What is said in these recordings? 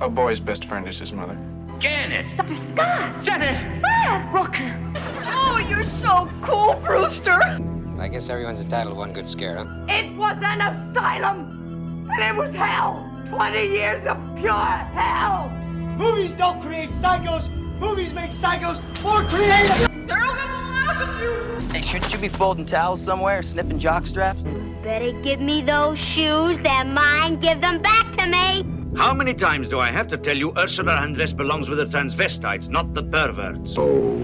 A boy's best friend is his mother. Janet! Dr. Scott! Janet! Brad! Walker! Oh, you're so cool, Brewster! I guess everyone's entitled to one good scare, huh? It was an asylum! And it was hell! 20 years of pure hell! Movies don't create psychos! Movies make psychos more creative! They're all gonna laugh at you! Hey, shouldn't you be folding towels somewhere, sniffing jock straps? Better give me those shoes. They're mine. Give them back to me. How many times do I have to tell you Ursula Andress belongs with the transvestites, not the perverts? Oh,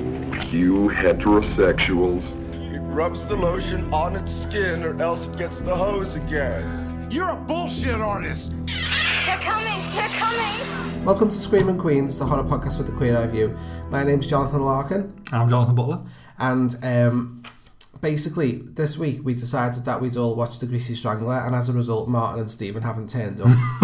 you heterosexuals. It rubs the lotion on its skin or else it gets the hose again. You're a bullshit artist. They're coming. They're coming. Welcome to Screaming Queens, the horror podcast with the queer eye view. My name's Jonathan Larkin. I'm Jonathan Butler. And um, basically, this week we decided that we'd all watch The Greasy Strangler, and as a result, Martin and Stephen haven't turned up.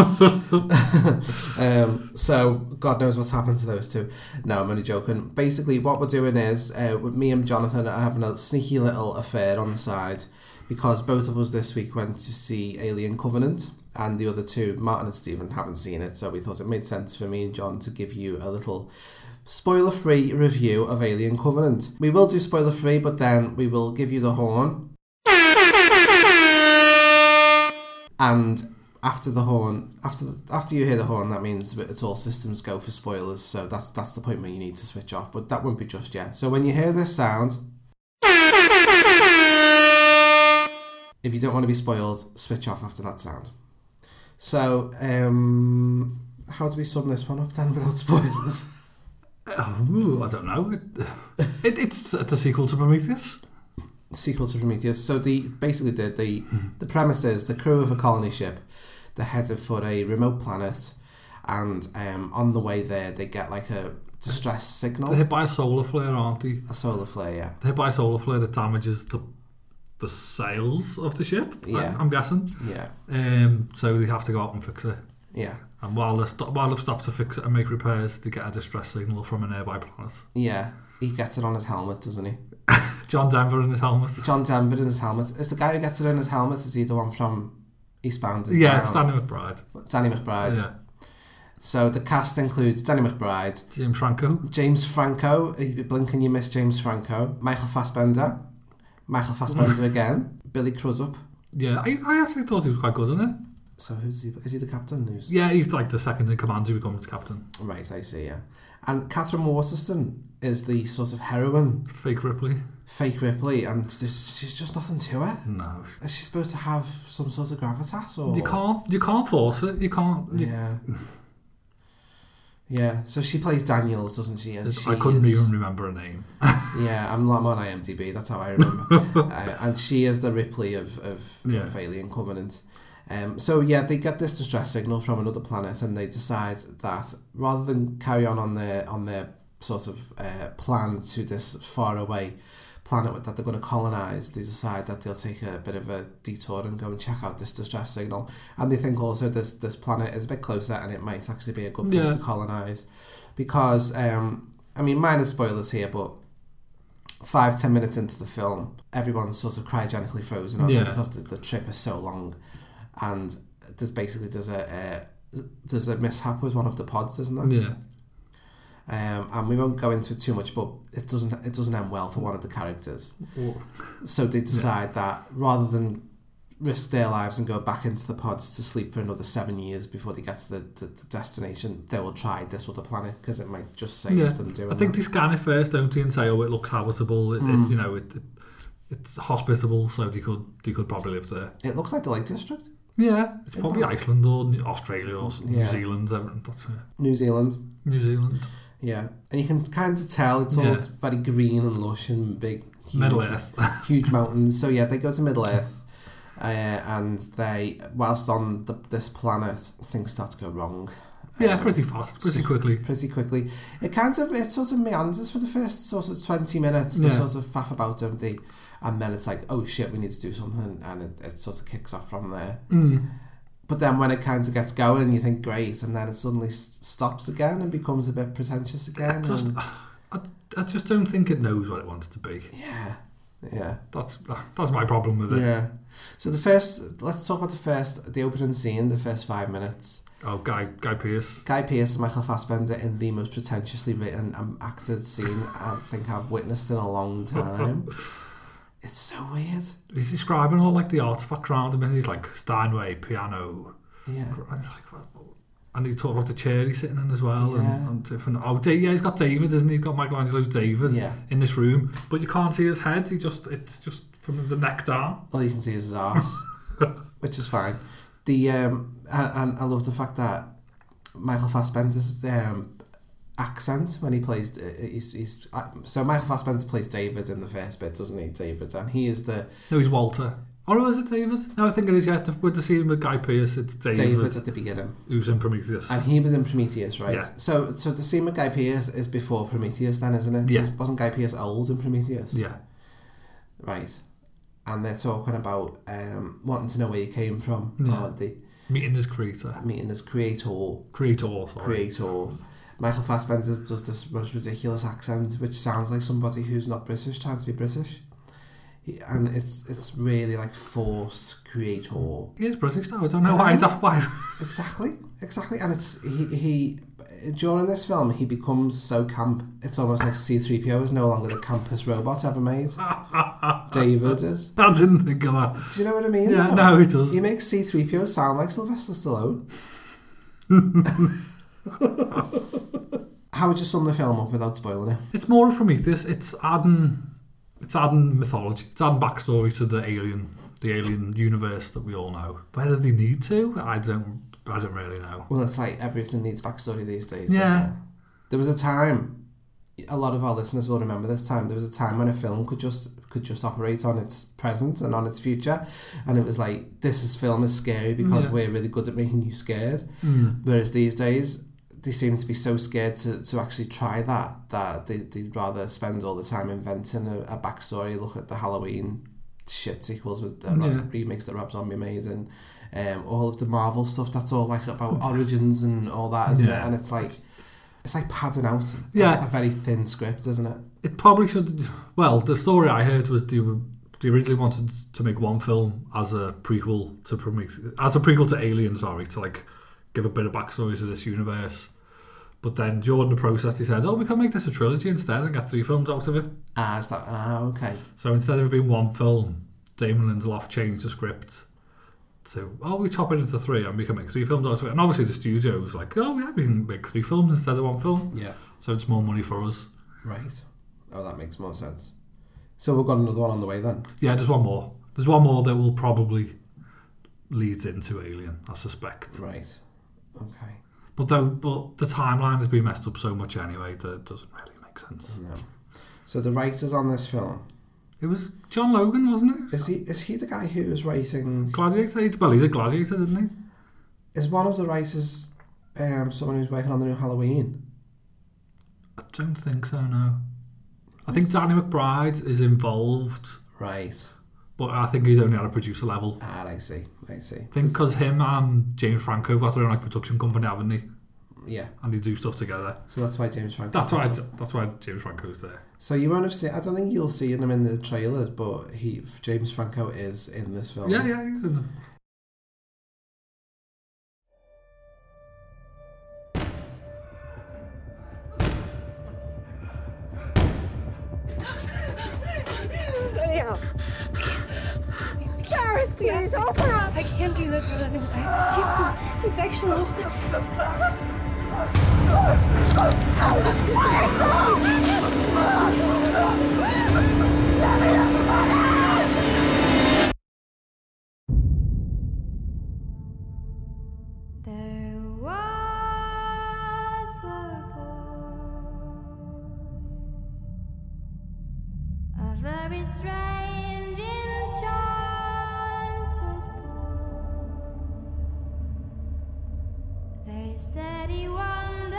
um, so, God knows what's happened to those two. No, I'm only joking. Basically, what we're doing is uh, me and Jonathan are having a sneaky little affair on the side because both of us this week went to see Alien Covenant, and the other two, Martin and Stephen, haven't seen it, so we thought it made sense for me and John to give you a little spoiler free review of Alien Covenant. We will do spoiler free, but then we will give you the horn. And after the horn, after the, after you hear the horn, that means it's all systems go for spoilers. So that's that's the point where you need to switch off. But that won't be just yet. So when you hear this sound, if you don't want to be spoiled, switch off after that sound. So um, how do we sum this one up then without spoilers? Oh, I don't know. It, it's the sequel to Prometheus. Sequel to Prometheus. So the basically the the, the premise is the crew of a colony ship, they're headed for a remote planet, and um, on the way there they get like a distress signal. They're hit by a solar flare, aren't they? A solar flare, yeah. They're hit by a solar flare that damages the the sails of the ship. Yeah, I, am guessing. Yeah. Um. So they have to go out and fix it. Yeah. And while they stop, while they've stopped to fix it and make repairs, to get a distress signal from a nearby planet. Yeah, he gets it on his helmet, doesn't he? John Denver in his helmet. John Denver in his helmet. Is the guy who gets it on his helmet? Is he the one from Eastbound? yeah, Down? it's Danny McBride. Danny McBride. Yeah. So the cast includes Danny McBride, James Franco, James Franco. Blink and you miss James Franco. Michael Fassbender, Michael Fassbender again. Billy Crudup. Yeah, I, I actually thought he was quite good in it. So who's he? Is he the captain? Who's yeah? He's like the second in command who becomes captain. Right, I see. Yeah, and Catherine Waterston is the sort of heroine, fake Ripley, fake Ripley, and just, she's just nothing to her. No, Oh. is she supposed to have some sort of gravitas? Or you can't, you can't force it. You can't. You... Yeah. Yeah, so she plays Daniels, doesn't she? And she I couldn't is... even remember her name. yeah, I'm, I'm on IMDb. That's how I remember. uh, and she is the Ripley of of, yeah. of Alien Covenant. Um, so yeah, they get this distress signal from another planet, and they decide that rather than carry on on their on their sort of uh, plan to this faraway planet that they're going to colonize, they decide that they'll take a bit of a detour and go and check out this distress signal. And they think also this this planet is a bit closer, and it might actually be a good place yeah. to colonize, because um, I mean, minor spoilers here, but five ten minutes into the film, everyone's sort of cryogenically frozen, on yeah. because the, the trip is so long and there's basically there's a, a, there's a mishap with one of the pods, isn't there? Yeah. Um, and we won't go into it too much, but it doesn't it doesn't end well for one of the characters. Whoa. So they decide yeah. that rather than risk their lives and go back into the pods to sleep for another seven years before they get to the, the, the destination, they will try this other planet because it might just save yeah. them doing. I think that. they scan it first, don't they, and say, "Oh, it looks habitable. It, mm. it you know, it, it, it's hospitable, so they could they could probably live there." It looks like the Lake District. Yeah, it's probably Iceland or Australia or New yeah. Zealand. That's it. New Zealand. New Zealand. Yeah, and you can kind of tell it's all yeah. very green and lush and big. Huge, Middle Earth. huge mountains. So yeah, they go to Middle Earth, uh, and they, whilst on the, this planet, things start to go wrong. Yeah, um, pretty fast, pretty quickly. Pretty quickly. It kind of it sort of meanders for the first sort of twenty minutes. They yeah. sort of faff about, don't they? and then it's like oh shit we need to do something and it, it sort of kicks off from there mm. but then when it kind of gets going you think great and then it suddenly s- stops again and becomes a bit pretentious again I just, and... I, I, just don't think it knows what it wants to be yeah Yeah. That's that's my problem with it. Yeah. So the first, let's talk about the first, the opening scene, the first five minutes. Oh, Guy Guy Pearce. Guy Pearce and Michael Fassbender in the most pretentiously written and acted scene I think I've witnessed in a long time. it's so weird. He's describing all like the artifacts around him, and he's like Steinway piano. Yeah. And he's talking about the chair he's sitting in as well, yeah. and, and different. Oh, yeah, he's got David, isn't he? He's got Michelangelo's David yeah. in this room, but you can't see his head. He just it's just from the neck down. All you can see is his ass, which is fine. The um, and, and I love the fact that Michael Fassbender's um, accent when he plays uh, he's, he's so Michael Fassbender plays David in the first bit, doesn't he? David, and he is the no, he's Walter. Or was it David? No, I think it is. Yeah, we're to see him with Guy Pearce. It's David. David at the beginning. Who's in Prometheus? And he was in Prometheus, right? Yeah. So, so the scene with Guy Pearce is before Prometheus, then, isn't it? Yeah. Wasn't Guy Pearce old in Prometheus? Yeah. Right. And they're talking about um, wanting to know where he came from, yeah. aren't they? Meeting his creator. Meeting his creator. Creator. Sorry. Creator. Michael Fassbender does this most ridiculous accent, which sounds like somebody who's not British trying to be British and it's it's really like force creator. He is British though. I don't know why he's off by. exactly, exactly, and it's he he during this film he becomes so camp. It's almost like C three PO is no longer the campus robot ever made. David is. I didn't think of that. Do you know what I mean? Yeah, though? no, it does. He makes C three PO sound like Sylvester Stallone. How would you sum the film up without spoiling it? It's more of Prometheus. It's adding it's adding mythology, it's adding backstory to the alien, the alien universe that we all know. Whether they need to, I don't, I don't really know. Well, it's like everything needs backstory these days. Yeah. There was a time. A lot of our listeners will remember this time. There was a time when a film could just could just operate on its present and on its future, and it was like this is film is scary because yeah. we're really good at making you scared. Mm. Whereas these days, they seem to be so scared to, to actually try that that they, they'd rather spend all the time inventing a, a backstory. Look at the Halloween shit sequels with the yeah. remakes that Rob Zombie made and um, all of the Marvel stuff. That's all like about origins and all that, isn't yeah. it? And it's like it's like padding out yeah. a, a very thin script, isn't it? It probably should. Well, the story I heard was they, were, they originally wanted to make one film as a prequel to Prometheus, as a prequel to Alien. Sorry, to like give a bit of backstory to this universe. But then during the process, he said, "Oh, we can make this a trilogy instead and get three films out of it." Ah, is that ah okay? So instead of it being one film, Damon Lindelof changed the script to, "Oh, we chop it into three and we can make three films out of it." And obviously, the studio was like, "Oh, yeah, we can make three films instead of one film." Yeah. So it's more money for us. Right. Oh, that makes more sense. So we've got another one on the way then. Yeah, there's one more. There's one more that will probably lead into Alien, I suspect. Right. Okay. But though, but the timeline has been messed up so much anyway that it doesn't really make sense. No. So the writers on this film. It was John Logan, wasn't it? Is he is he the guy who was writing Gladiator? He's, well, he's a gladiator, didn't he? Is one of the writers um, someone who's working on the new Halloween? I don't think so. No, I think Danny McBride is involved. Right. But I think he's only at a producer level. Ah, I see. I see. I think because him and James Franco got their own like production company, haven't they? Yeah. And they do stuff together. So that's why James Franco. That's why. I, that's why James Franco's there. So you won't have seen. I don't think you'll see him in the trailer, but he James Franco is in this film. Yeah, yeah, he's in. It. please. Open up. I can't do that without an infection. infection open. There was a boy, a very strange enchanted. They said he wandered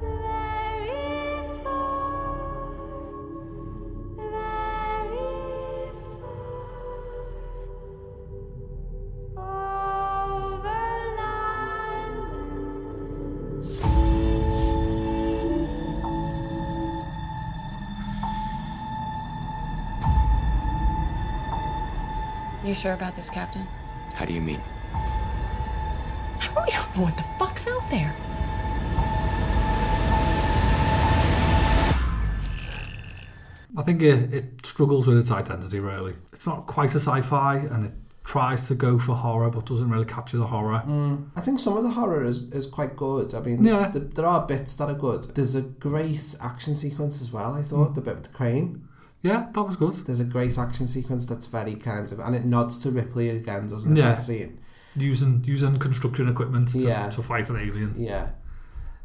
very far, very far over land. And sea. You sure about this, Captain? How do you mean? We don't know what the fuck's out there. I think it, it struggles with its identity, really. It's not quite a sci fi and it tries to go for horror but doesn't really capture the horror. Mm. I think some of the horror is, is quite good. I mean, yeah. th- there are bits that are good. There's a great action sequence as well, I Hmm. thought, mm. the bit with the crane. Yeah, that was good. There's a great action sequence that's very kind of, and it nods to Ripley again, doesn't it? Yeah. That scene. Using using construction equipment to, Yeah. to fight an alien. Yeah.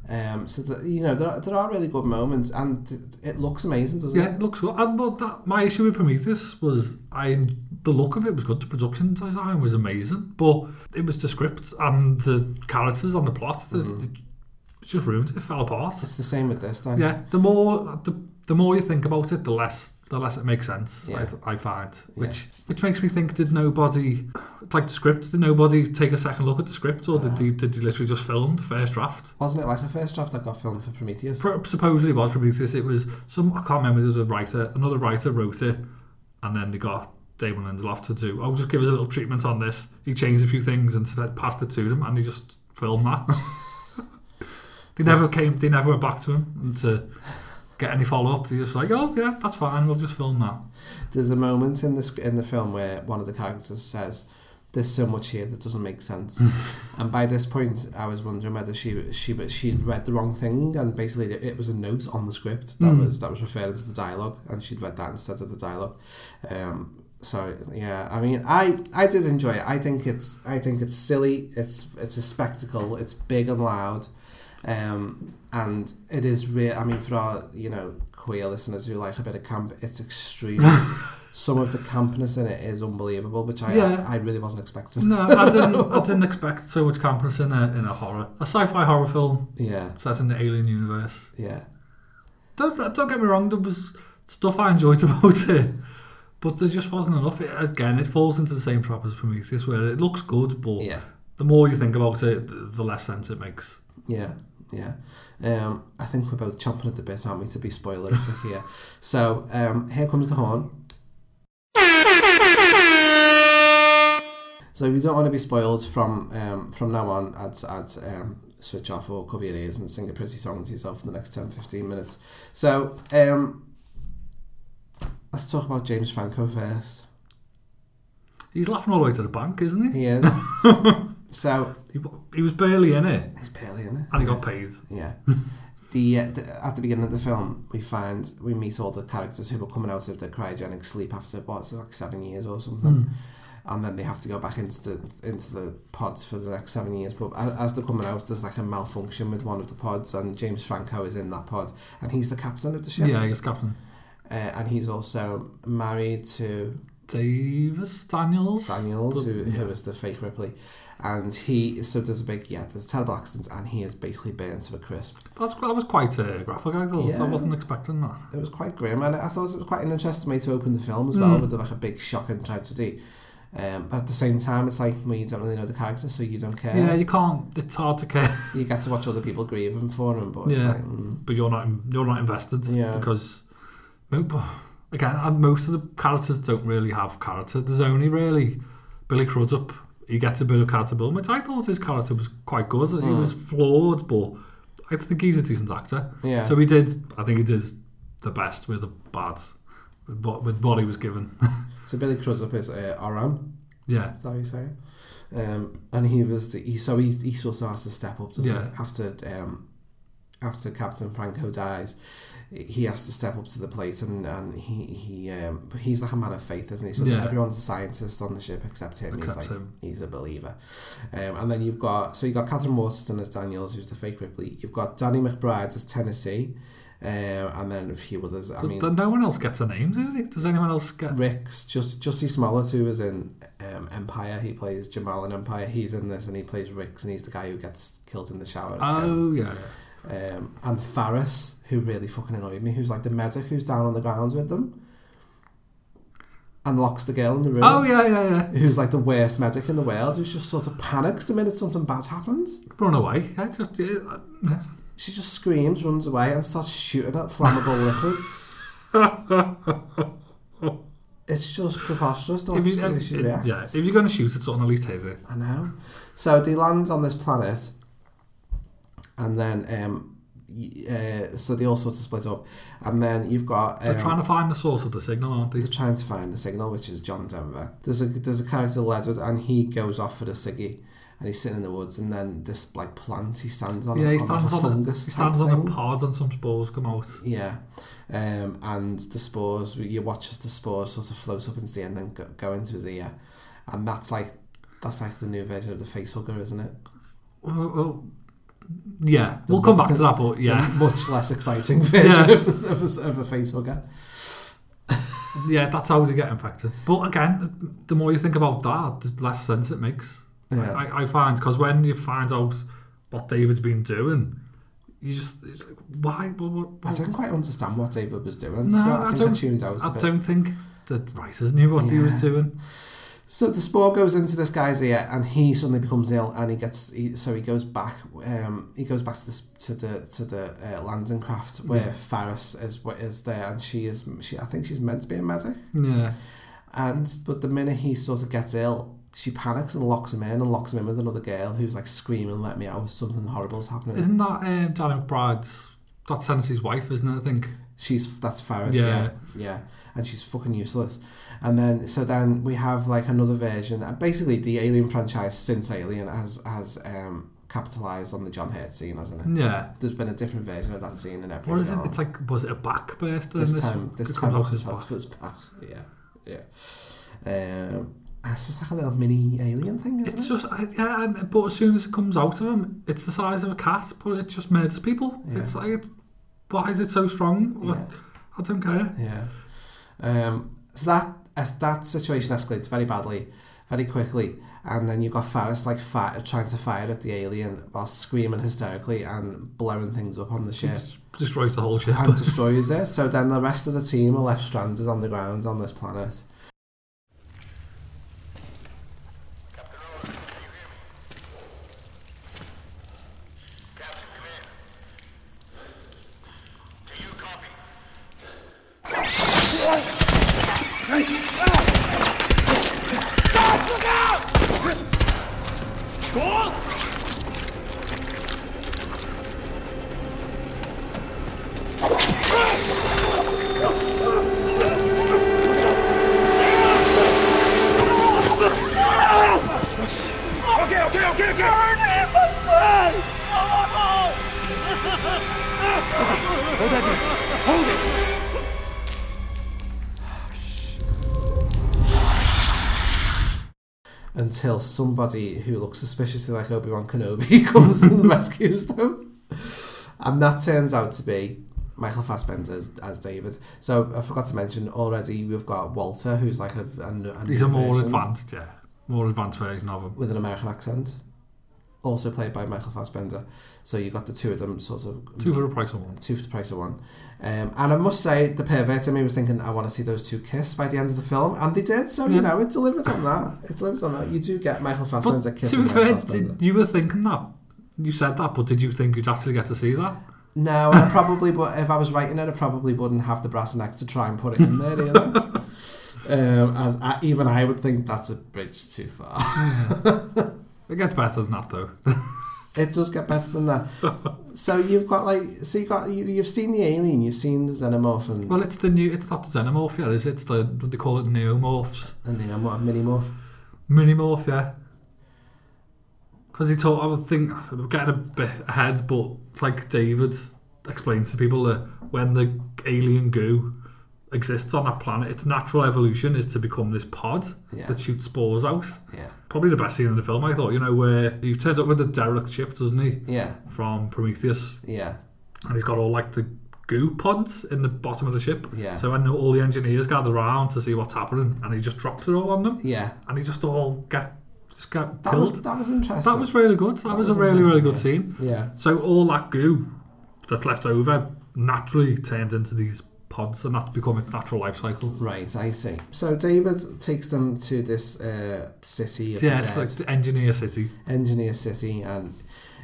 Um, so that you know there are, there are really good moments, and it- it looks amazing, doesn't Yeah, it looks good. And but that my issue with Prometheus was I the look of it was good, the production design was amazing, but it was the script and the characters and the plot that Mhm. it just ruined. It It fell apart. It's the same with this then. Yeah, the more the, the more you think about it, the less the less it makes sense. Yeah. I, th- I find, Yeah. which which makes me think: Did nobody like the script? Did nobody take a second look at the script, or Uh-huh. did they, did they literally just film the first draft? Wasn't it like the first draft that got filmed for Prometheus? Pro- supposedly was Prometheus. It was some I can't remember. There was a writer, another writer wrote it, and then they got Damon Lindelof to do. Oh, just give us a little treatment on this. He changed a few things and said passed it to them, and they just filmed that. they never came. They never went back to him and to get any follow up. They just like, oh yeah, that's fine. We'll just film that. There's a moment in this in the film where one of the characters says, "There's so much here that doesn't make sense," and by this point, I was wondering whether she she she'd read the wrong thing, and basically it was a note on the script that Mm. was that was referring to the dialogue, and she'd read that instead of the dialogue. Um, so yeah, I mean, I I did enjoy it. I think it's I think it's silly. It's it's a spectacle. It's big and loud. Um, and it is real. I mean, for our you know queer listeners who like a bit of camp, it's extreme. Some of the campness in it is unbelievable, which I Yeah. I, really wasn't expecting. No, I didn't. I didn't expect so much campness in a in a horror, a sci-fi horror film. Yeah. set in the alien universe. Yeah. Don't don't get me wrong. There was stuff I enjoyed about it, but there just wasn't enough. It, again, it falls into the same trap as Prometheus, where it looks good, but the more you think about it, the the less sense it makes. Yeah, yeah. Um, I think we're both chomping at the bit, aren't we, to be spoilerific here. So um, here comes the horn. So if you don't want to be spoiled from um, from now on, I'd, I'd um, switch off or cover your ears and sing a pretty song to yourself in the next 10, 15 minutes. So um, let's talk about James Franco first. He's laughing all the way to the bank, isn't he? He is. so he, he was barely in it. He's barely in it, and he got paid. Yeah. The, uh, the at the beginning of the film, we find we meet all the characters who were coming out of the cryogenic sleep after what's it, like seven years or something, Hmm. and then they have to go back into the into the pods for the next seven years. But as, as they're coming out, there's like a malfunction with one of the pods, and James Franco is in that pod, and he's the captain of the ship. Yeah, he's captain. Uh, and he's also married to Davis Daniels. Daniels, who, Yeah. who is the fake Ripley, and he so there's a big yeah, there's a terrible accident, and he is basically burnt to a crisp. That's that was quite a graphic. I thought Yeah. I wasn't expecting that. It was quite grim, and I thought it was quite an interesting way to open the film as well, Mm. with like a big shock and tragedy. Um, but at the same time, it's like well, you don't really know the character, so you don't care. Yeah, you can't. It's hard to care. You get to watch other people grieve and for him, but it's yeah, like, mm, but you're not you're not invested Yeah. because mo- again, and most of the characters don't really have character. There's only really Billy Crudup. He gets a bit of character building, which I thought his character was quite good. He Mm. was flawed, but I think he's a decent actor. Yeah. So he did. I think he did the best with the bad, with what with what he was given. so Billy Crudup is uh, Oram. Yeah. is that what you say? Um, and he was the he, so he he sort of has to step up, doesn't Yeah. he? After um, after Captain Franco dies, he has to step up to the plate, and and he he um, but he's like a man of faith, isn't he? So Yeah. everyone's a scientist on the ship except him. he's Except like him. he's a believer. Um, and then you've got so you've got Catherine Waterston as Daniels, who's the fake Ripley. You've got Danny McBride as Tennessee. Um, and then a few others. I Does- mean, does no one else gets a name, do they? Does anyone else get? Rick's just Jussie Smollett, who was in um, Empire. He plays Jamal in Empire. He's in this, and he plays Rick's, and he's the guy who gets killed in the shower. at the Oh, end. yeah, Um, and Faris, who really fucking annoyed me, who's like the medic who's down on the ground with them, and locks the girl in the room. Oh, yeah, yeah, yeah. Who's like the worst medic in the world? Who just sort of panics the minute something bad happens. Run away. I just yeah, uh, yeah. She just screams, runs away, and starts shooting at flammable liquids. It's just preposterous the way If you- she reacts. yeah, if you're going to shoot at something, at least hit it. I know. So they land on this planet, and then um, y- uh, so they all sort of split up, and then you've got. Um, They're trying to find the source of the signal, aren't they? They're trying to find the signal, which is John Denver. There's a there's a character Ledward, and he goes off for a ciggy, and he's sitting in the woods, and then this like plant he stands on, yeah, he on, like, stands a on, the, he fungus type stands on thing. the pod and some spores come out. Yeah. Um, and the spores, you watch as the spores sort of float up into the end and go, go into his ear. And that's like that's like the new version of the face hugger, isn't it? Well, well, yeah, we'll come back to that, but yeah. The much less exciting version Yeah. of, the, of, a, of a face hugger. yeah, that's how they get infected. But again, the more you think about that, the less sense it makes. Yeah. I, I find because when you find out what David's been doing, you just it's like, why? What, what, I don't quite understand what David was doing. No, to be honest. I I think don't- they tuned out a I bit. don't think the writers knew what he was doing. So the spore goes into this guy's ear, and he suddenly becomes ill, and he gets he, so he goes back. Um, he goes back to this to the to the uh, landing craft where Yeah. Faris is what is there, and she is she. I think she's meant to be a medic. Yeah. And but the minute he sort of gets ill, she panics and locks him in, and locks him in with another girl who's like screaming, "Let me out! Something horrible's happening." Isn't that um, Danny McBride's? That's Tennessee's wife, isn't it? I think. She's that's Faris. Yeah. Yeah. yeah, and she's fucking useless. And then so then we have like another version. And basically, the Alien franchise since Alien has has um capitalized on the John Hurt scene, hasn't it? Yeah. there's been a different version of that scene in every. Hmm. What is it? film. It's like was it a backburst? This time- this time it comes out of his back. Yeah, yeah. Um, I suppose like a little mini alien thing, isn't It's it? just I- yeah, and- but as soon as it comes out of him, it's the size of a cat, but it just murders people. Yeah. It's like it's, why is it so strong? I don't care. Yeah. Um, so that as that situation escalates very badly, very quickly, and then you've got Faris like fi- trying to fire at the alien while screaming hysterically and blowing things up on the ship. Destroys the whole ship. And destroys it. So then the rest of the team are left stranded on the ground on this planet. Okay, okay, okay, okay. Hold that there. Hold it. Until somebody who looks suspiciously like Obi Wan Kenobi comes and rescues them. And that turns out to be Michael Fassbender as, as David. So I forgot to mention already we've got Walter, who's like a. a, a He's a more version. advanced, yeah, more advanced version of him. with an American accent, also played by Michael Fassbender. So you got the two of them sort of Two for the price of one. Two for the price of one. Um, and I must say, the pervert in me was thinking, I want to see those two kiss by the end of the film, and they did. So Yeah. you know, it delivered on that. It delivered on that. You do get Michael Hmm. But Fassbender to kissing be Michael fair, Fassbender. did- you were thinking that. You said that, but did you think you'd actually get to see that? No, I probably but if I was writing it, I probably wouldn't have the brass neck to try and put it in there either. um, as I, even I would think that's a bridge too far. It gets better than that, though. It does get better than that. so you've got like, so you got you, you've seen the alien, you've seen the xenomorph, and Well, it's the new. It's not the xenomorph, yeah. Is it? It's the what they call it neomorphs. A neomorph, minimorph. Minimorph, yeah. Because he told, I would think, I'm getting a bit ahead, but it's like David explains to people that when the alien goo exists on that planet, its natural evolution is to become this pod Yeah. that shoots spores out. Yeah. Probably the best scene in the film, I thought, you know, where he turns up with the derelict ship, doesn't he? Yeah. From Prometheus. Yeah. And he's got all like the goo pods in the bottom of the ship. Yeah. So when all the engineers gather around to see what's happening, and he just drops it all on them. Yeah. And he just all get just get That killed. was that was interesting. That was really good. That, That was, was a really, really good interesting, scene. yeah. Yeah. So all that goo that's left over naturally turned into these pods and that become a natural life cycle. Right, I see. So David takes them to this uh, city of yeah, the it's dead. like the engineer city. Engineer City, and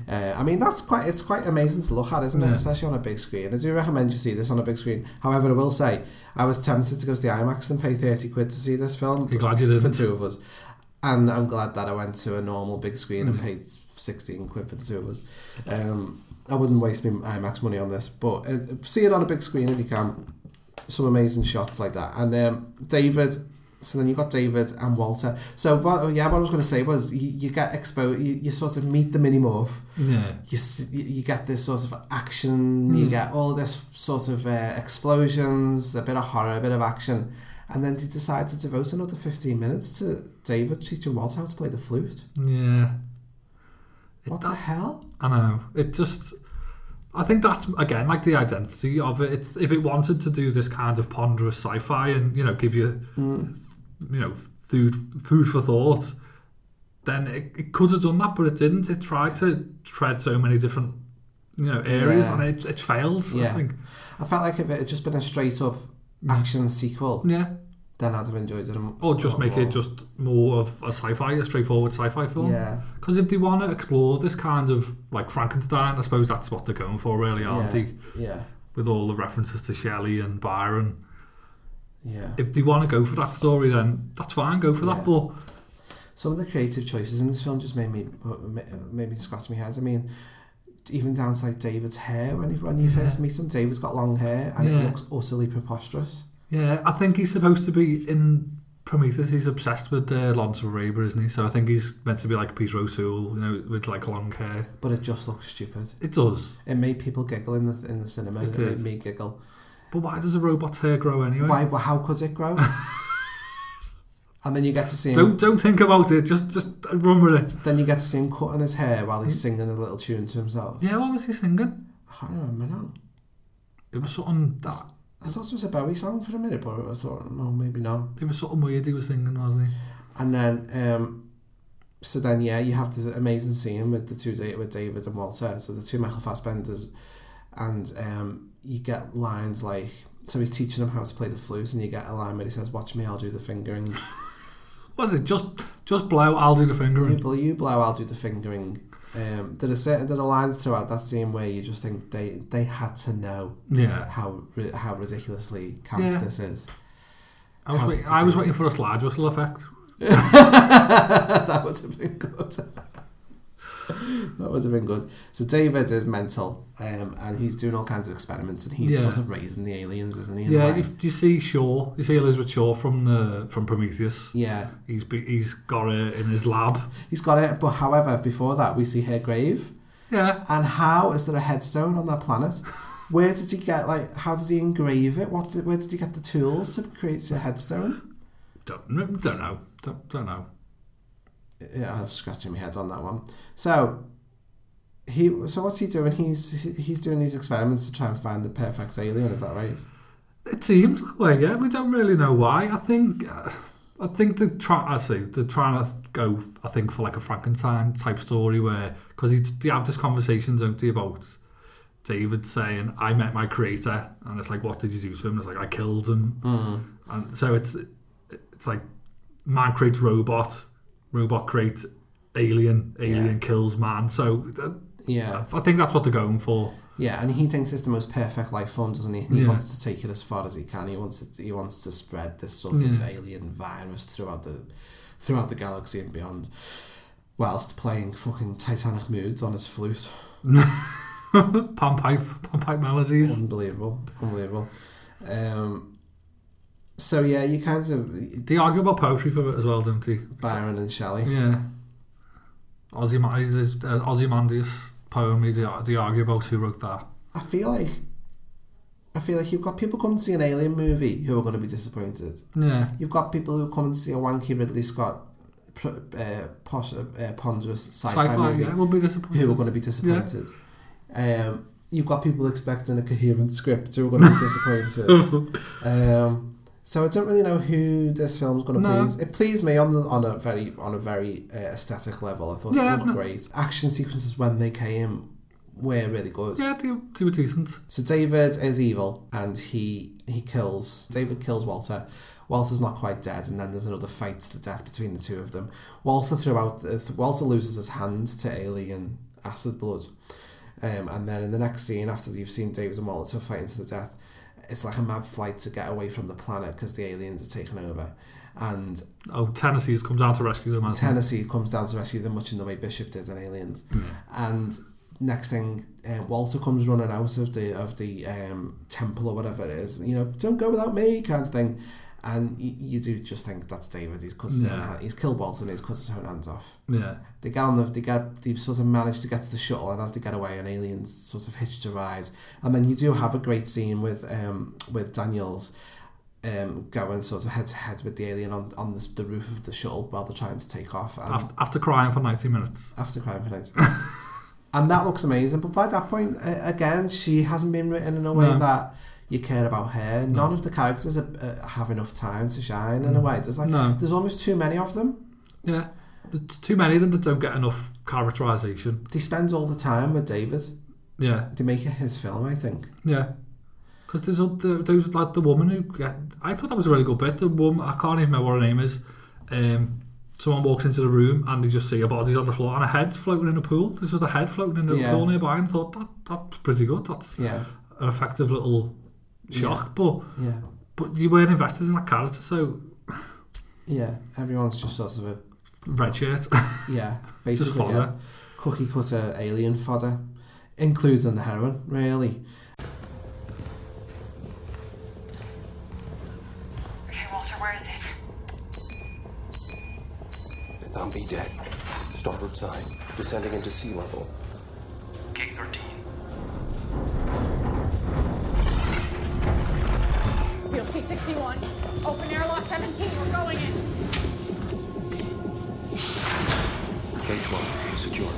uh, I mean that's quite it's quite amazing to look at, isn't it? Yeah. Especially on a big screen. I do recommend you see this on a big screen. However, I will say I was tempted to go to the IMAX and pay thirty quid to see this film. You're glad you for didn't. two of us, and I'm glad that I went to a normal big screen and Mm. paid sixteen quid for the two of us. Um, I wouldn't waste my IMAX money on this, but uh, see it on a big screen if you can. Some amazing shots like that, and um, David so then you got David and Walter. So what? Yeah, what I was going to say was you, you get exposed. You, you sort of meet the mini morph. Yeah. You s- you you get this sort of action. You Mm. get all this sort of uh, explosions, a bit of horror, a bit of action, and then they decide to devote another fifteen minutes to David teaching Walter how to play the flute. Yeah. What the hell? I know. It just. I think that's again like the identity of it. It's if it wanted to do this kind of ponderous sci-fi and you know give you Mm. you know food food for thought, then it, it could have done that, but it didn't. It tried to tread so many different you know areas Yeah. and it, it failed. I think. I felt like if it had just been a straight up action sequel, yeah, Oh, then I'd have enjoyed it. a m- Or just lot make more. it just more of a sci-fi, a straightforward sci-fi film. Yeah. Because if they want to explore this kind of like Frankenstein, I suppose that's what they're going for, really, aren't Yeah, they? yeah. With all the references to Shelley and Byron. Yeah. If they want to go for that story, then that's fine. Go for that. But some of the creative choices in this film just made me made me scratch my head. I mean, even down to like David's hair when he, when you first meet him, David's got long hair and it Yeah. looks utterly preposterous. yeah, I think he's supposed to be in Prometheus. He's obsessed with uh, Lawrence of Arabia, isn't he? So I think he's meant to be like Peter O'Toole, you know, with like long hair. But it just looks stupid. It does. It made people giggle in the in the cinema. It and It, made did. me giggle. But why does a robot's hair grow anyway? Why? Well, how could it grow? and then you get to see him. Don't don't think about it. Just just run with it. Then you get to see him cutting his hair while Mm. he's singing a little tune to himself. Yeah, what was he singing? I can't remember now. It was something that I thought it was a Bowie song for a minute, but I thought, no, maybe not. It was something weird he was singing, wasn't he? And then, um, so then, yeah, you have the amazing scene with the two da- with David and Walter. So the two Michael Fassbenders, and um, you get lines like, so he's teaching them how to play the flute, and you get a line where he says, "Watch me, I'll do the fingering." Was it just just blow? I'll do the you fingering. blow, you blow, I'll do the fingering. Um, there are certain there are lines throughout that scene where you just think they they had to know Yeah. how ri- how ridiculously camp Yeah. this is. I was, How's wait, the I was tune? waiting for a slide whistle effect. that would have been good. that would have been good. So David is mental, um, and he's doing all kinds of experiments, and he's Yeah. sort of raising the aliens, isn't he? in a yeah, way? if you see Shaw, you see Elizabeth Shaw from the from Prometheus. Yeah. he's be, he's got it in his lab. he's got it. But however, before that, we see her grave. Yeah. And how is there a headstone on that planet? Where did he get like? How did he engrave it? What? Did, where did he get the tools to create a headstone? Don't kn- don't know. Don't, don't know. Yeah, I was scratching my head on that one. So he. So what's he doing? He's he's doing these experiments to try and find the perfect alien. Is that right? It seems that way. Yeah, we don't really know why. I think uh, I think they're trying. I see they're trying to go. I think for like a Frankenstein type story where because they have this conversation, don't they, about David saying, "I met my creator," and it's like, "What did you do to him?" And it's like, "I killed him." Mm. And so it's it's like man creates robot, robot creates alien, alien kills man. So uh, Yeah. I think that's what they're going for. Yeah, and he thinks it's the most perfect life form, doesn't he? And he Yeah. wants to take it as far as he can. He wants it, he wants to spread this sort of Yeah. alien virus throughout the throughout the galaxy and beyond, whilst playing fucking Titanic moods on his flute. Pan pipe, pan pipe melodies. Unbelievable, unbelievable. Um, so yeah, you kind of They argue about poetry for it as well, don't they? Byron and Shelley. Yeah. Ozymandias, uh, Ozymandias poem, they, they argue about who wrote that. I feel like I feel like you've got people come to see an alien movie who are going to be disappointed. Yeah. You've got people who come and see a wanky Ridley Scott pr- uh, posh, uh, ponderous sci-fi, Sci-fi, movie yeah, will be disappointed. who are going to be disappointed. Um, you've got people expecting a coherent script who are going to be disappointed. Um, so I don't really know who this film's going to No. please. It pleased me on the, on a very on a very uh, aesthetic level. I thought Yeah, it looked no. great. Action sequences when they came were really good. Yeah, they, they were decent. So David is evil, and he he kills David kills Walter. Walter's not quite dead, and then there's another fight to the death between the two of them. Walter throughout this, Walter loses his hand to alien acid blood, um, and then in the next scene after you've seen David and Walter fighting to the death, it's like a mad flight to get away from the planet because the aliens are taking over. And oh, Tennessee comes down to rescue them. Tennessee comes down to rescue them, much in the way Bishop did in Aliens. Mm. And next thing, um, Walter comes running out of the of the um, temple or whatever it is. You know, don't go without me, kind of thing. And you, you do just think that's David. He's cut his yeah. own hand. He's killed Walter. and He's cut his own hands off. Yeah. They get on the. They get. They sort of manage to get to the shuttle, and as they get away, an alien sort of hitched a ride. And then you do have a great scene with um with Daniels. Um, going sort of head to head with the alien on, on the, the, roof of the shuttle while they're trying to take off. um, After, after crying for 90 minutes. After crying for 90 minutes. and that looks amazing. But by that point, again, she hasn't been written in a way no. that you care about her. None no. of the characters are, uh, have enough time to shine in a way. There's like no. there's almost too many of them. Yeah, there's too many of them that don't get enough characterization. They spend all the time with David. Yeah, they make it his film, I think. Yeah. Because there's, uh, there was like the woman who I thought that was a really good bit. The woman I can't even remember what her name is. Um, someone walks into the room and they just see a body's on the floor and a head floating in a pool. There's just a head floating in a yeah. pool nearby and thought that that's pretty good. That's yeah. an effective little shock. Yeah. But yeah. but you weren't invested in that character, so Yeah, everyone's just sort of a red shirt. yeah. Basically yeah. cookie cutter alien fodder. Includes in the heroin, really. Okay, Walter, where is it? It's on V deck. Starboard side. Descending into sea level. K-13. ZLC 61. Open airlock 17. We're going in. K-12. Secure.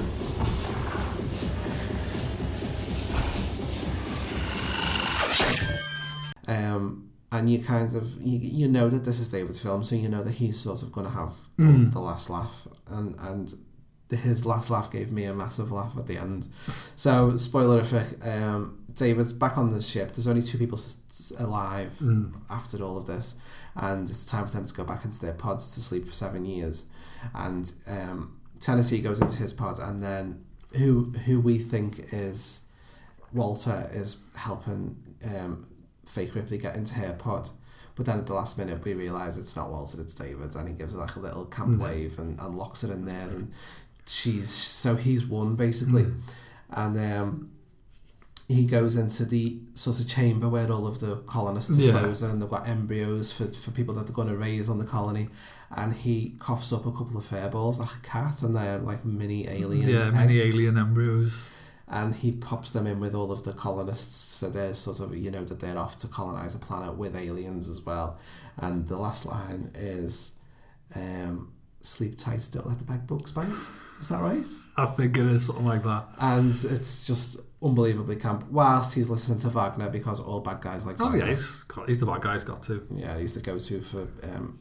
Um, and you kind of you, you know that this is David's film, so you know that he's sort of going to have mm. the, the, last laugh, and and his last laugh gave me a massive laugh at the end. So spoilerific. Um, David's back on the ship. There's only two people alive mm. after all of this, and it's time for them to go back into their pods to sleep for seven years. And um, Tennessee goes into his pod, and then who who we think is Walter is helping. Um, fake Ripley get into her pod. But then at the last minute, we realise it's not Walter, it's David, and he gives her like a little camp mm. wave and, and locks her in there. And she's so he's won basically. Mm. And um, he goes into the sort of chamber where all of the colonists are yeah. frozen and they've got embryos for, for people that they're going to raise on the colony. And he coughs up a couple of fireballs like a cat, and they're like mini alien. Yeah, eggs. mini alien embryos and he pops them in with all of the colonists so they're sort of you know that they're off to colonize a planet with aliens as well and the last line is um, sleep tight don't let the bad bugs bite is that right i think it is something like that and it's just unbelievably camp whilst he's listening to wagner because all bad guys like oh wagner. yeah he's, got, he's the bad guy he's got to yeah he's the go-to for um,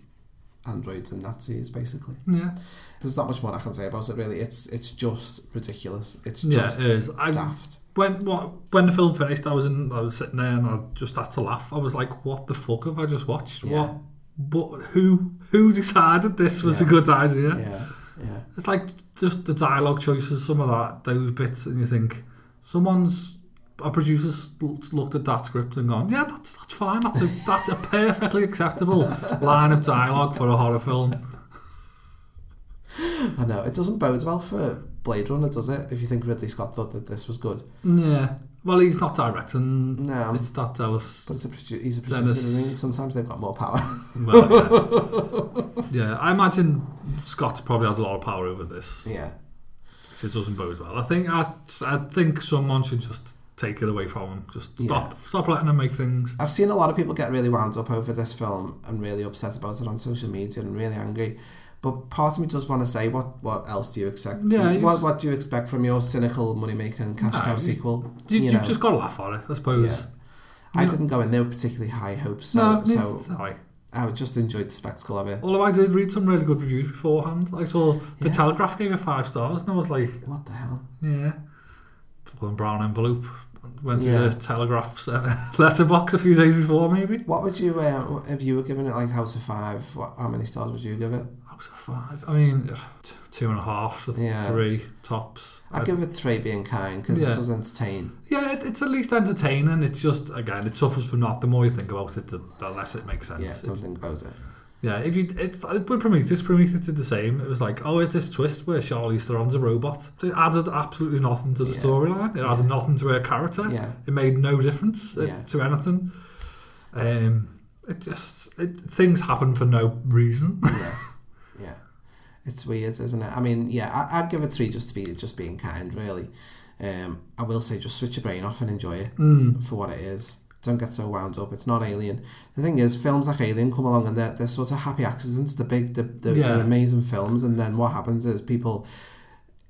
androids and Nazis, basically. Yeah. There's not much more I can say about it, really. It's it's just ridiculous. It's just yeah, it is. I, daft. When what, when the film finished, I was in, I was sitting there and I just had to laugh. I was like, "What the fuck have I just watched? Yeah. What? But who who decided this was yeah. a good idea? Yeah, yeah. It's like just the dialogue choices, some of that those bits, and you think someone's a producer's looked at that script and gone, yeah, that's, that's fine. That's a, that's a perfectly acceptable line of dialogue for a horror film. I know. It doesn't bode well for Blade Runner, does it? If you think Ridley Scott thought that this was good. Yeah. Well, he's not directing. No. It's not Dallas. But it's a produ- he's a producer. Dennis. I mean, sometimes they've got more power. well, yeah. yeah. I imagine Scott's probably has a lot of power over this. Yeah. It doesn't bode well. I think I, I think someone should just take it away from them. Just stop, yeah. stop letting them make things. I've seen a lot of people get really wound up over this film and really upset about it on social media and really angry. But part of me does want to say, what what else do you expect? Yeah, what, what do you expect from your cynical money making cash no, cow sequel? You, you, you just got to laugh at it, I suppose. Yeah. I didn't go in there with particularly high hopes, so, no, so I just enjoyed the spectacle of it. Although I did read some really good reviews beforehand. I saw The yeah. Telegraph gave it five stars, and I was like, What the hell? Yeah fucking brown envelope. Went to the Telegraph's uh, letterbox a few days before, maybe. What would you, uh, if you were giving it like out of five, what, how many stars would you give it? Out of five? I mean, t- two and a half to th- Yeah. three tops. I'd, give it three being kind because Yeah. it does entertain. Yeah, it, it's at least entertaining. It's just again, it suffers from not. The more you think about it, the, the less it makes sense. Yeah, don't think about it. Yeah, if you, it's with Prometheus. Prometheus did the same. It was like, oh, is this twist where Charlize Theron's a robot? It added absolutely nothing to the storyline. It added nothing to her character. Yeah. it made no difference uh, Yeah. to anything. Um, it just it, things happen for no reason. Yeah, yeah. It's weird, isn't it? I mean, yeah, I, I'd give it three just to be just being kind, really. Um, I will say, just switch your brain off and enjoy it Mm. for what it is. Don't get so wound up. It's not Alien. The thing is, films like Alien come along and they're, they're sort of happy accidents. They're big, they're, they're, Yeah. they're amazing films. And then what happens is people,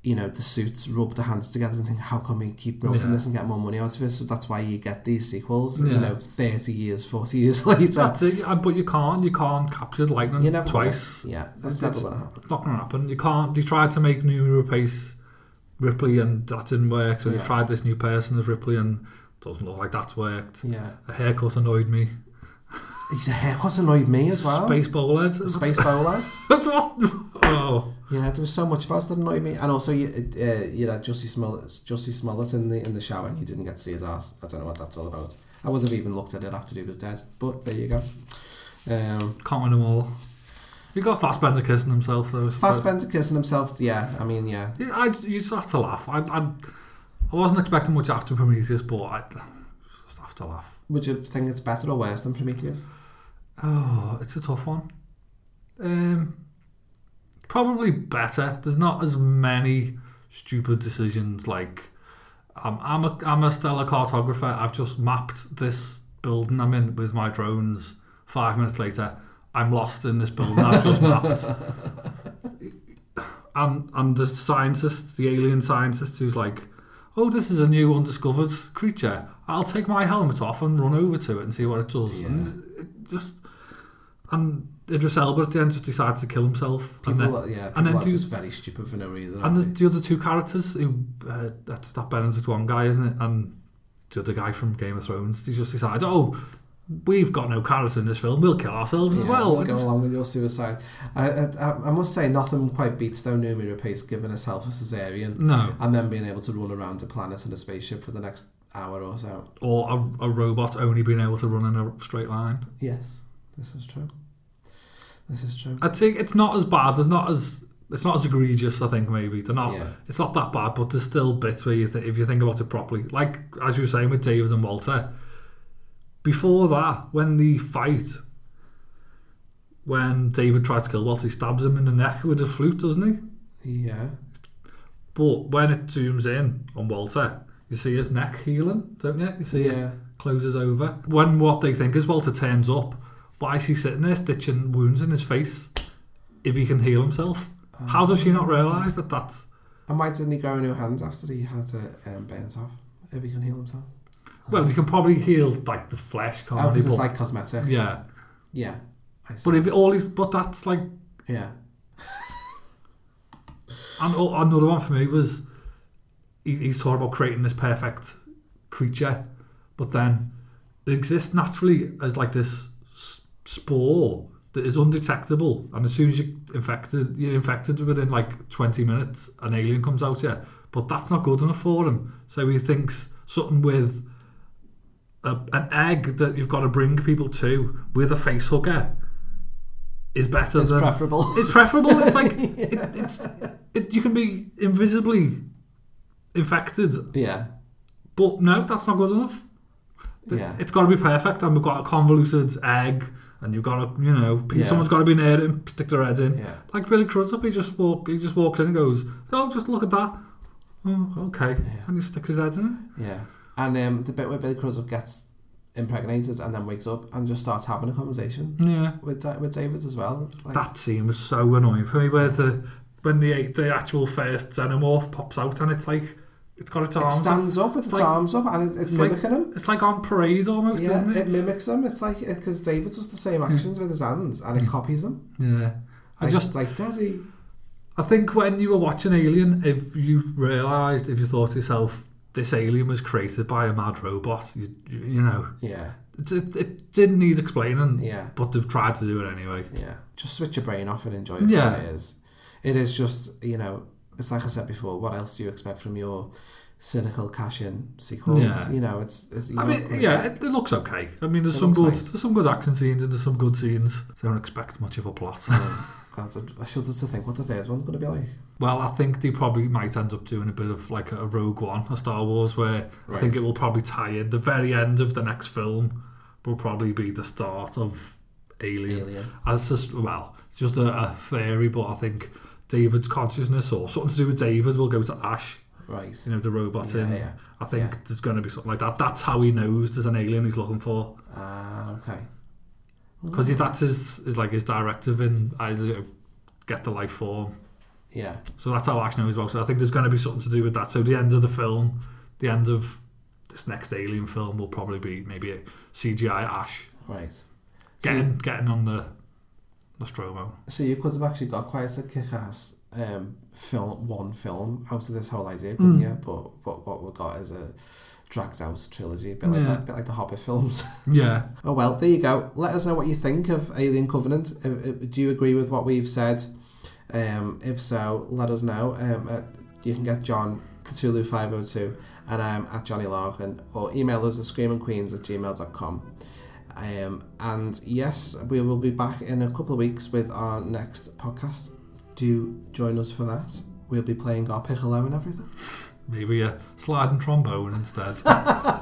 you know, the suits rub their hands together and think, how can we keep milking Yeah. this and get more money out of it? So that's why you get these sequels, Yeah. you know, 30 years, 40 years later. That's it. uh, But you can't. You can't capture the lightning You're never gonna- twice. yeah, that's It's- never it's gonna happen. Not going to happen. You can't. You tried to make new replace Ripley and that didn't work. So you Yeah. tried this new person as Ripley and doesn't look like that's worked. Yeah. a haircut annoyed me. His haircut annoyed me as well. Space bowlhead. Space bowlhead. oh. Yeah, there was so much about that annoyed me, and also you, uh, you had Jussie Smollett, Jussie Smollett in the in the shower, and you didn't get to see his ass. I don't know what that's all about. I would have even looked at it after he was dead, but there you go. Um, Can't win them all. You got Fassbender kissing himself though. Fassbender kissing himself. Yeah, I mean, yeah, Yeah, I you just have to laugh. I, I I wasn't expecting much after Prometheus, but I just have to laugh. Would you think it's better or worse than Prometheus? Oh, it's a tough one. Um, probably better. There's not as many stupid decisions. Like, um, I'm a I'm a stellar cartographer. I've just mapped this building I'm in with my drones. Five minutes later, I'm lost in this building I've just mapped. And and the scientist, the alien scientist, who's like, "Oh, this is a new undiscovered creature. I'll take my helmet off and run over to it and see what it does." And it just and Idris Elba at the end just decides to kill himself. People, and then, are- yeah, people and then are do- just very stupid for no reason. aren't and there's the other two characters who uh, that's that Benedict one guy, isn't it? And the other guy from Game of Thrones. They just decide, "Oh, we've got no character in this film. We'll kill ourselves as Yeah, well." we'll And go just- along with your suicide. I, I, I- I must say, nothing quite beats though Numi Rapace giving herself a cesarean. No. And then being able to run around a planet in a spaceship for the next hour or so. or a, a robot only being able to run in a straight line. Yes, this is true. This is true. I'd say it's not as bad. It's not as it's not as egregious. I think maybe they're not. Yeah. It's not that bad, but there's still bits where you think if you think about it properly, like as you were saying with David and Walter. Before that, when the fight, when David tries to kill Walter, he stabs him in the neck with a flute, doesn't he? Yeah. But when it zooms in on Walter, you see his neck healing, don't you? You see Yeah. it closes over. When what they think is Walter turns up, why is he sitting there stitching wounds in his face if he can heal himself? How does she not realise that that's. And why didn't he grow new hands after he had to um, burnt off? If he can heal himself. Well, you can probably heal like the flesh, can't Oh, 'cause you? it's But- like cosmetic. Yeah. Yeah. I But if it all is. But that's like Yeah. And oh, another one for me was he, he's talking about creating this perfect creature, but then it exists naturally as like this s- spore that is undetectable, and as soon as you infected, you're infected within like 20 minutes, an alien comes out here. But that's not good enough for him, so he thinks something with a, an egg that you've got to bring people to with a face hugger is better It's than preferable. It's preferable. It's like it, it's, it, you can be invisibly infected. Yeah. But no, that's not good enough. Th- Yeah. It's got to be perfect, and we've got a convoluted egg, and you've got to, you know, pe- Yeah. someone's got to be near it and stick their head in. Yeah. Like Billy Crudup, he just walk, he just walks in and goes, "Oh, just look at that." Oh, okay, and he sticks his head in Yeah. And um, the bit where Billy Crudup gets impregnated and then wakes up and just starts having a conversation. Yeah. With, Da- with David as well. it. Like, That scene was so annoying for me, where the when the the actual first xenomorph pops out, and it's like it's got its it arms. stands up with It's its, like- arms up and it, it's it's like- mimicking him. It's like on parade almost, Yeah, isn't it it? mimics him. It's like because David does the same actions with his hands and it copies him. yeah. Hmm. I Like, just like Daddy. I think when you were watching Alien, if you realised, if you thought to yourself, this alien was created by a mad robot. You, you know. Yeah. It, it, it didn't need explaining. Yeah. But they've tried to do it anyway. Yeah. Just switch your brain off and enjoy it for yeah. what it is. It is just, you know, it's like I said before, what else do you expect from your cynical cash in sequels? Yeah. You know, it's. it's you I know, mean, yeah, it, it, looks okay. I mean, there's it some good nice. there's some good action scenes and there's some good scenes. I don't expect much of a plot. God, I shudder to think what the third one's going to be like. Well, I think they probably might end up doing a bit of like a Rogue One, a Star Wars, where right. I think it will probably tie in. The very end of the next film will probably be the start of Alien. Alien. As just well, it's just a, a, theory, but I think David's consciousness or something to do with David will go to Ash. Right. You know the robot yeah, in. Yeah. I think yeah. there's going to be something like that. That's how he knows there's an alien he's looking for. Ah, uh, okay. Because mm. that's his is like his directive in either get the life form. Yeah. So that's how Ash knows well. So I think there's going to be something to do with that. So the end of the film, the end of this next Alien film will probably be maybe a CGI Ash. Right. So getting getting on the Nostromo. So you could have actually got quite a kick-ass um, film, one film out of this whole idea, couldn't mm. you? But but what we got is a dragged out trilogy, a bit like yeah. that, bit like the Hobbit films. yeah. oh well, there you go. Let us know what you think of Alien Covenant. Uh, Do you agree with what we've said? Um, if so, let us know. Um, at, you can get John Cthulhu five hundred two, and I'm at Johnny Larkin, or email us at screamingqueens at gmail.com. Um, and yes, we will be back in a couple of weeks with our next podcast. Do join us for that. We'll be playing our piccolo and everything maybe a sliding trombone instead.